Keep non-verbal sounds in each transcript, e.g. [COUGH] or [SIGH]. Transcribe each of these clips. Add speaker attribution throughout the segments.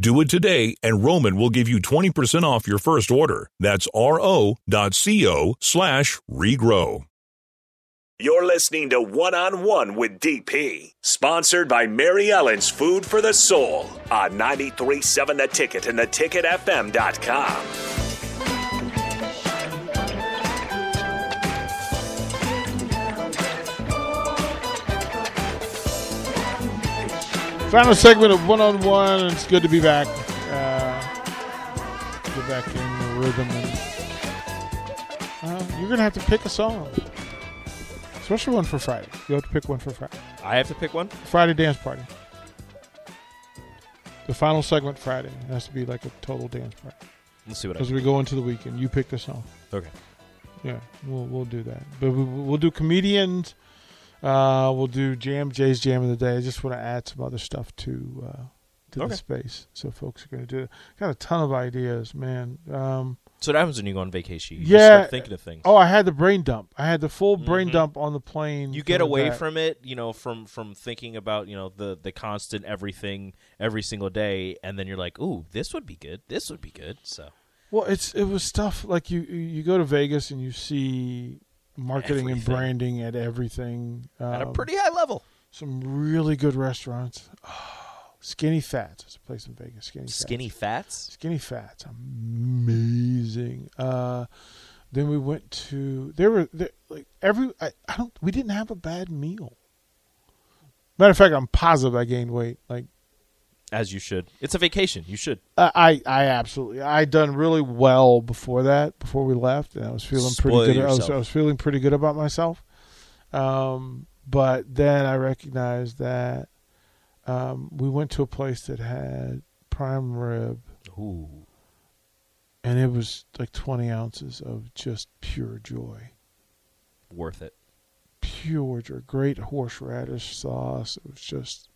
Speaker 1: Do it today, and Roman will give you 20% off your first order. That's ro.co slash regrow.
Speaker 2: You're listening to One on One with DP, sponsored by Mary Ellen's Food for the Soul on 937 The Ticket and theticketfm.com.
Speaker 3: Final segment of one on one. It's good to be back. Uh, get back in the rhythm. And, uh, you're gonna have to pick a song, especially one for Friday. You have to pick one for Friday.
Speaker 4: I have to pick one.
Speaker 3: Friday dance party. The final segment Friday it has to be like a total dance party
Speaker 4: Let's see what I
Speaker 3: because we go into the weekend. You pick the song.
Speaker 4: Okay.
Speaker 3: Yeah, we'll we'll do that. But we, we'll do comedians. Uh, we'll do jam Jay's jam of the day. I just want to add some other stuff to uh, to
Speaker 4: Okay.
Speaker 3: the space, so folks are going to do it. Got a ton of ideas, man. Um,
Speaker 4: So what happens when you go on vacation? You just
Speaker 3: Yeah.
Speaker 4: start thinking of things.
Speaker 3: oh, I had the brain dump. I had the full brain
Speaker 4: Mhm.
Speaker 3: dump on the plane.
Speaker 4: you get
Speaker 3: coming
Speaker 4: away
Speaker 3: back.
Speaker 4: from it, you know, from from thinking about you know the the constant everything every single day, and then you're like, ooh, this would be good. This would be good. So
Speaker 3: Well, it's it was stuff like you you go to Vegas and you see marketing and
Speaker 4: Everything.
Speaker 3: branding at everything
Speaker 4: at a
Speaker 3: Um,
Speaker 4: pretty high level.
Speaker 3: some really good restaurants. [SIGHS] Skinny Fat is a place in Vegas. Skinny Fats.
Speaker 4: Skinny fats.
Speaker 3: Skinny Fat's amazing. Uh, then we went to there were there, like every I, I don't we didn't have a bad meal. Matter of fact, I'm positive I gained weight. Like
Speaker 4: As you should. It's a vacation. You should.
Speaker 3: I I, I absolutely I done really well before that before we left, and I was feeling
Speaker 4: Spoil
Speaker 3: pretty good. I was,
Speaker 4: yourself.
Speaker 3: I was feeling pretty good about myself. Um, but then I recognized that um, we went to a place that had prime rib
Speaker 4: Ooh.
Speaker 3: and it was like 20 ounces of just pure joy
Speaker 4: Worth it.
Speaker 3: pure joy great horseradish sauce it was just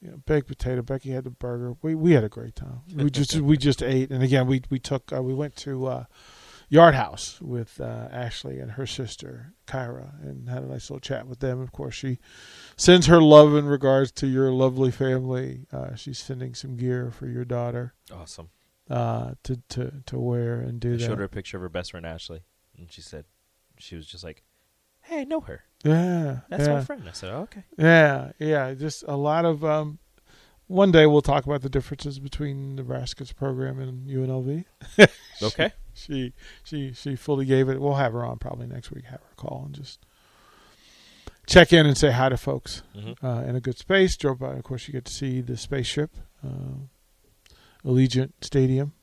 Speaker 3: you know, baked potato becky had the burger we we had a great
Speaker 4: [LAUGHS]
Speaker 3: time we just we just ate and again we we took uh, we went to uh Yard House with uh, Ashley and her sister Kyra, and had a nice little chat with them. Of course, she sends her love and regards to your lovely family. Uh, she's sending some gear for your daughter
Speaker 4: Awesome.
Speaker 3: uh, to, to to wear and do
Speaker 4: I
Speaker 3: that.
Speaker 4: showed her a picture of her best friend Ashley, and she said, she was just like, "Hey, I know her.
Speaker 3: Yeah,
Speaker 4: That's
Speaker 3: yeah.
Speaker 4: my friend." I said, oh,
Speaker 3: [LAUGHS]
Speaker 4: "Okay."
Speaker 3: Yeah, yeah. Just a lot of. Um, one day we'll talk about the differences between Nebraska's program and UNLV.
Speaker 4: Okay.
Speaker 3: She she she fully gave it. We'll have her on probably next week. Have her call and just check in and say hi to folks
Speaker 4: Mhm.
Speaker 3: uh, in a good space. Drove by. Of course, you get to see the spaceship, uh, Allegiant Stadium.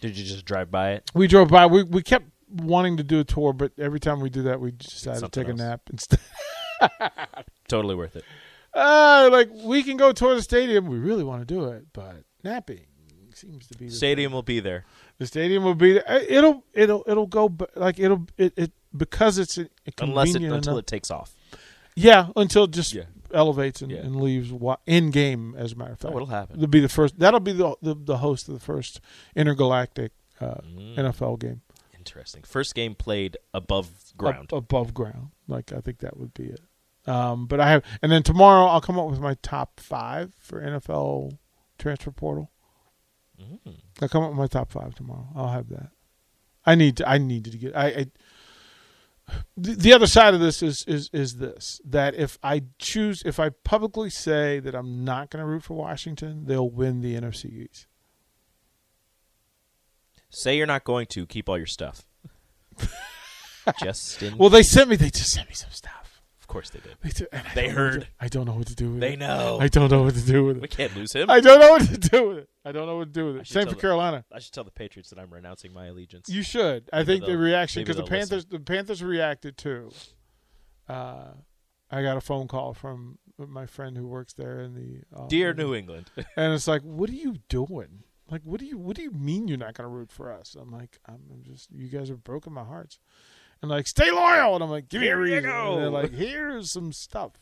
Speaker 4: Did you just drive by it?
Speaker 3: We drove by. We we kept wanting to do a tour, but every time we do that, we decided to
Speaker 4: Something
Speaker 3: take
Speaker 4: else.
Speaker 3: a nap instead.
Speaker 4: Totally worth it.
Speaker 3: uh, like we can go tour the stadium. We really want to do it, but napping seems to be the
Speaker 4: Stadium will be there.
Speaker 3: thing. The stadium will be. uh, It'll it'll it'll go b- like it'll it, it because it's a, a
Speaker 4: Unless it,
Speaker 3: convenient
Speaker 4: until
Speaker 3: enough-
Speaker 4: it takes off.
Speaker 3: yeah until it just
Speaker 4: Yeah.
Speaker 3: elevates and,
Speaker 4: Yeah.
Speaker 3: and leaves wa- in game as a matter of fact.
Speaker 4: Oh, it'll happen.
Speaker 3: It'll be the first. That'll be the the, the host of the first intergalactic uh,
Speaker 4: Mm.
Speaker 3: NFL game
Speaker 4: Interesting. First game played above
Speaker 3: ab-
Speaker 4: ground.
Speaker 3: above ground. Like I think that would be it. Um, but I have, and then tomorrow I'll come up with my top five for NFL transfer portal.
Speaker 4: Mm.
Speaker 3: I'll come up with my top five tomorrow. I'll have that. I need to. I need to get. I. I the, the other side of this is is is this that if I choose, if I publicly say that I'm not going to root for Washington, they'll win the NFC East. [LAUGHS]
Speaker 4: Say you're not going to keep all your stuff. just in.
Speaker 3: Well, they sent me. They just sent me some stuff.
Speaker 4: of course they did.
Speaker 3: They, did, and I
Speaker 4: They
Speaker 3: don't know what
Speaker 4: heard.
Speaker 3: to- I don't know what to do with
Speaker 4: They
Speaker 3: it.
Speaker 4: know.
Speaker 3: I don't know what to do with
Speaker 4: we
Speaker 3: it.
Speaker 4: can't lose him.
Speaker 3: I don't know what to do with it. I don't know what to do with
Speaker 4: I
Speaker 3: it.
Speaker 4: should
Speaker 3: Same
Speaker 4: tell
Speaker 3: for
Speaker 4: them.
Speaker 3: Carolina.
Speaker 4: I should tell the Patriots that I'm renouncing my allegiance.
Speaker 3: You should. I think the
Speaker 4: they'll-
Speaker 3: reaction
Speaker 4: maybe
Speaker 3: because the
Speaker 4: they'll listen.
Speaker 3: Panthers the Panthers reacted too. Uh, I got a phone call from my friend who works there in the office.
Speaker 4: Dear
Speaker 3: [LAUGHS]
Speaker 4: New England,
Speaker 3: and it's like, what are you doing? Like, what do you what do you mean you're not going to root for us? I'm like, I'm, I'm just you guys have broken my hearts. And like, stay loyal. And I'm like, give me a
Speaker 4: Here you
Speaker 3: reason. And they're
Speaker 4: go.
Speaker 3: like, here's some stuff.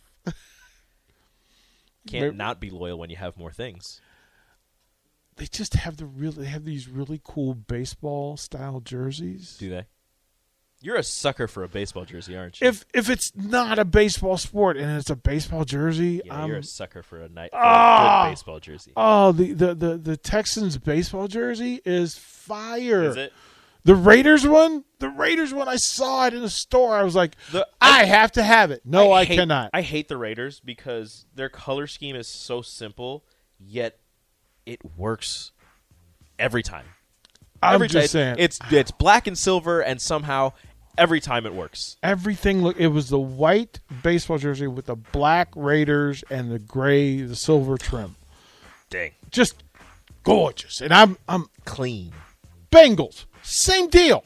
Speaker 4: can't
Speaker 3: Maybe-
Speaker 4: not be loyal when you have more things.
Speaker 3: They just have the real. They have these really cool baseball style jerseys.
Speaker 4: Do they? You're a sucker for a baseball jersey, aren't you?
Speaker 3: if if it's not a baseball sport and it's a baseball jersey,
Speaker 4: yeah,
Speaker 3: I'm,
Speaker 4: you're a sucker for a night for a
Speaker 3: Ah!
Speaker 4: good baseball jersey.
Speaker 3: oh the, the the the Texans baseball jersey is fire.
Speaker 4: Is it?
Speaker 3: The Raiders one, the Raiders one, I saw it in the store. I was like,
Speaker 4: The-
Speaker 3: I, have to have it. No, I,
Speaker 4: hate-
Speaker 3: cannot.
Speaker 4: I hate the Raiders because their color scheme is so simple, yet it works every time.
Speaker 3: I'm
Speaker 4: every
Speaker 3: just saying,
Speaker 4: time. It's it's black and silver, and somehow every time it works.
Speaker 3: everything. Look, it was the white baseball jersey with the black Raiders and the gray, the silver trim.
Speaker 4: Dang,
Speaker 3: Just gorgeous. And I'm I'm
Speaker 4: clean.
Speaker 3: Bengals, same deal.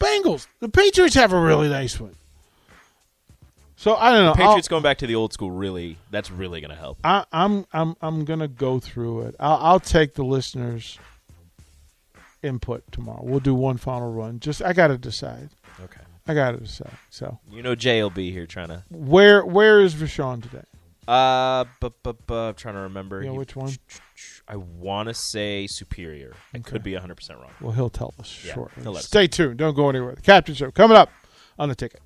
Speaker 3: Bengals. The Patriots have a really nice one. So I don't know.
Speaker 4: Patriots going back to the old school really. That's really gonna help.
Speaker 3: I'll, I, I'm I'm I'm gonna go through it. I'll, I'll take the listeners' input tomorrow. We'll do one final run. Just I gotta decide.
Speaker 4: Okay.
Speaker 3: I gotta decide. So
Speaker 4: You know Jay will be here trying to.
Speaker 3: where where is Rashawn today?
Speaker 4: Uh, bu- bu- bu- I'm trying to remember.
Speaker 3: You know
Speaker 4: He-
Speaker 3: which one?
Speaker 4: I want to say Superior. I could be 100 percent wrong.
Speaker 3: Well, he'll tell us
Speaker 4: Yeah,
Speaker 3: shortly.
Speaker 4: he'll let us
Speaker 3: Stay tuned. Don't go anywhere. The Captain Show coming up on the ticket.